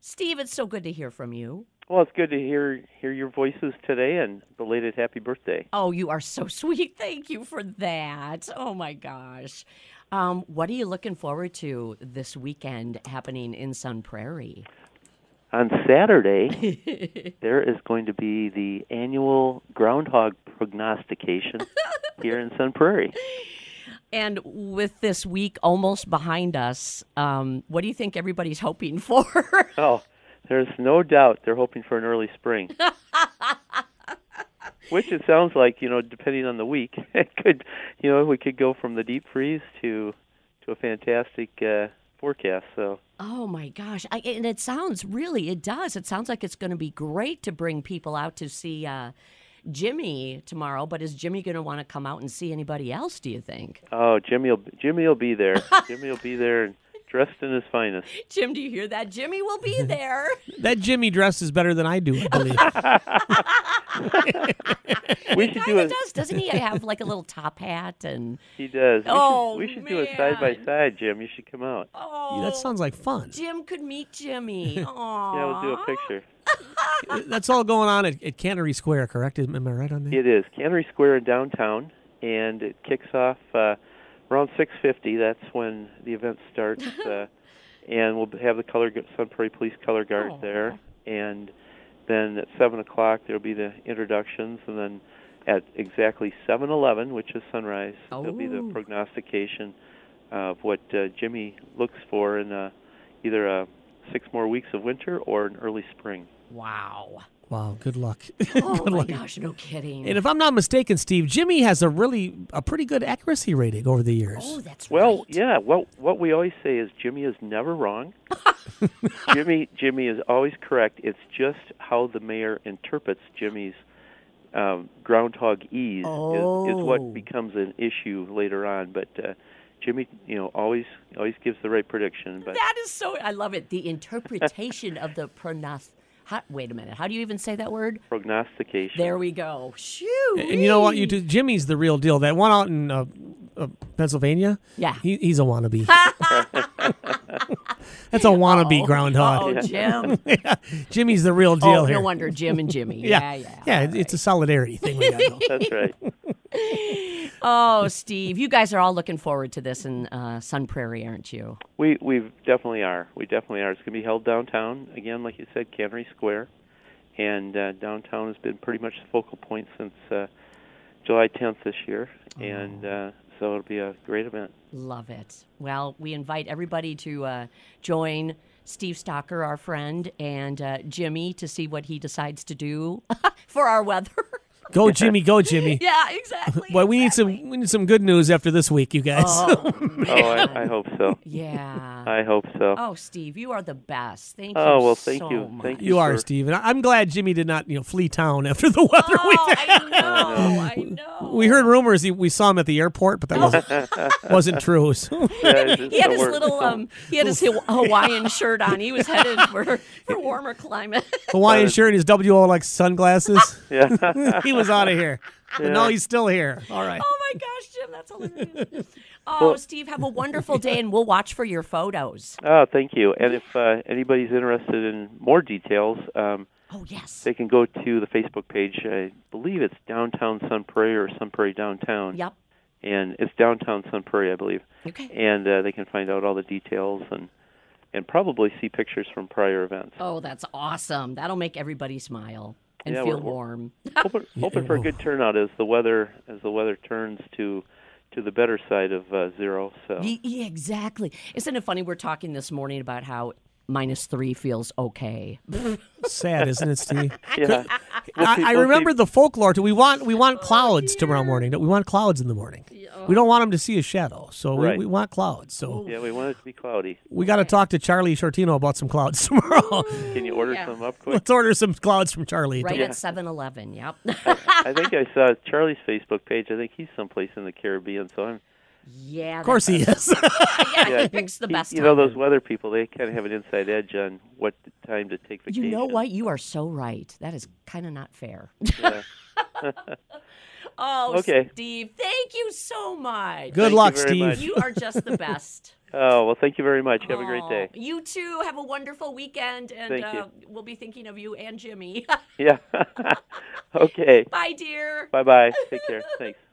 Steve, it's so good to hear from you. Well, it's good to hear hear your voices today and belated happy birthday. Oh, you are so sweet. Thank you for that. Oh my gosh. Um, what are you looking forward to this weekend happening in Sun Prairie? On Saturday, there is going to be the annual groundhog prognostication here in Sun Prairie. And with this week almost behind us, um, what do you think everybody's hoping for? Oh, there's no doubt they're hoping for an early spring. Which it sounds like, you know, depending on the week, it could, you know, we could go from the deep freeze to to a fantastic uh, forecast. So Oh my gosh. I, and it sounds really, it does. It sounds like it's going to be great to bring people out to see uh, Jimmy tomorrow. But is Jimmy going to want to come out and see anybody else, do you think? Oh, Jimmy will Jimmy will be there. Jimmy will be there, dressed in his finest. Jim, do you hear that? Jimmy will be there. That Jimmy dress is better than I do, I believe. We should kind do of a does. Doesn't he have like a little top hat and. he does. We Oh, should, we should do a side by man. side, Jim. You should come out. Oh, that sounds like fun. Jim could meet Jimmy. Yeah, we'll do Aw. a picture. That's all going on at, at Cannery Square, correct? Am am I right on that? It is Cannery Square in downtown, and it kicks off uh, around 6:50. That's when the event starts, uh, and we'll have the color gu- Sun Prairie Police color guard Aw. there, and then at seven o'clock there'll be the introductions, and then at exactly 7:11, which is sunrise, there'll be the Oh. prognostication of what uh, Jimmy looks for in uh, either uh, six more weeks of winter or an early spring. Wow. Wow, good luck. Oh good my luck. gosh, no kidding. And if I'm not mistaken, Steve, Jimmy has a really a pretty good accuracy rating over the years. oh, that's Well, right. yeah. What what we always say is Jimmy is never wrong. Jimmy Jimmy is always correct. It's just how the mayor interprets Jimmy's um, groundhog ease is, is Oh. what becomes an issue later on. But uh, Jimmy, you know, always always gives the right prediction. But That is so. I love it. The interpretation of the pronos. How, wait a minute. How do you even say that word? prognostication. There we go. Shoo. And you know what? You do, Jimmy's the real deal. That one out in uh, uh, Pennsylvania. Yeah. he, he's a wannabe. That's a wannabe Oh, groundhog. Jim. Jimmy's the real deal Oh, here. no wonder Jim and Jimmy. Yeah, yeah, yeah. it- it's a solidarity thing. We got going. That's right. Oh, Steve, you guys are all looking forward to this in uh, Sun Prairie, aren't you? We we definitely are. We definitely are. It's going to be held downtown again, like you said, Cannery Square, and uh, downtown has been pretty much the focal point since uh, July 10th this year, Oh. and uh, so it'll be a great event. Love it. Well, we invite everybody to uh, join Steve Stocker, our friend, and uh, Jimmy to see what he decides to do for our weather. Go, Jimmy. Go, Jimmy. yeah, exactly. Well, we need some we need some good news after this week, you guys. Oh, Oh, I, I hope so. yeah. I hope so. Oh, Steve, you are the best. Thank you. Oh, well, thank so you. Much. Thank you are, sure. Steve, and I- I'm glad Jimmy did not you know flee town after the weather. Oh, I know. I know. We heard rumors he, we saw him at the airport, but that wasn't, wasn't true. So. Yeah, it's He had the his worst. little um. He had his Haw- Hawaiian shirt on. He was headed for for warmer climate. Hawaiian shirt, his WOLX sunglasses. Yeah. he was out of here. But no, he's still here. All right. Oh my gosh, Jim, that's hilarious. Oh, Steve, have a wonderful day, and we'll watch for your photos. oh, thank you. And if uh, anybody's interested in more details, um, Oh yes. they can go to the Facebook page. I believe it's Downtown Sun Prairie or Sun Prairie Downtown. Yep. and it's downtown Sun Prairie, I believe. Okay. And uh, they can find out all the details and and probably see pictures from prior events. Oh, that's awesome. That'll make everybody smile and Yeah, feel we're- we're- warm. Hoping, hoping for a Oh. good turnout as the weather as the weather turns to to the better side of uh, zero. So Ye- yeah, E, exactly. Isn't it funny? We're talking this morning about how minus three feels okay. Sad, isn't it, Steve? yeah, I, I we'll remember the folklore. Too. We want we want clouds tomorrow morning. We want clouds in the morning. We don't want him to see a shadow. So Right. we, we want clouds. So yeah, we want it to be cloudy. we got to talk to Charlie Shortino about some clouds tomorrow. Can you order some up quick? Let's order some clouds from Charlie. Right at 7 Eleven. Yep. I think I saw Charlie's Facebook page. I think he's someplace in the Caribbean. So I'm yeah. Of course he is. Yeah, yeah, he picks the he- best You know time. those weather people? They kind of have an inside edge on what time to take vacation. You know what? You are so right. That is kind of not fair. Yeah. oh, Okay. Steve, thank you so much. Good you luck, very Steve. much. You are just the best. Oh, well, thank you very much. Have a great day. Aw, You too. Have a wonderful weekend, and Thank uh, we'll be thinking of you and Jimmy. Yeah. okay. Bye, dear. Bye bye. Take care. Thanks.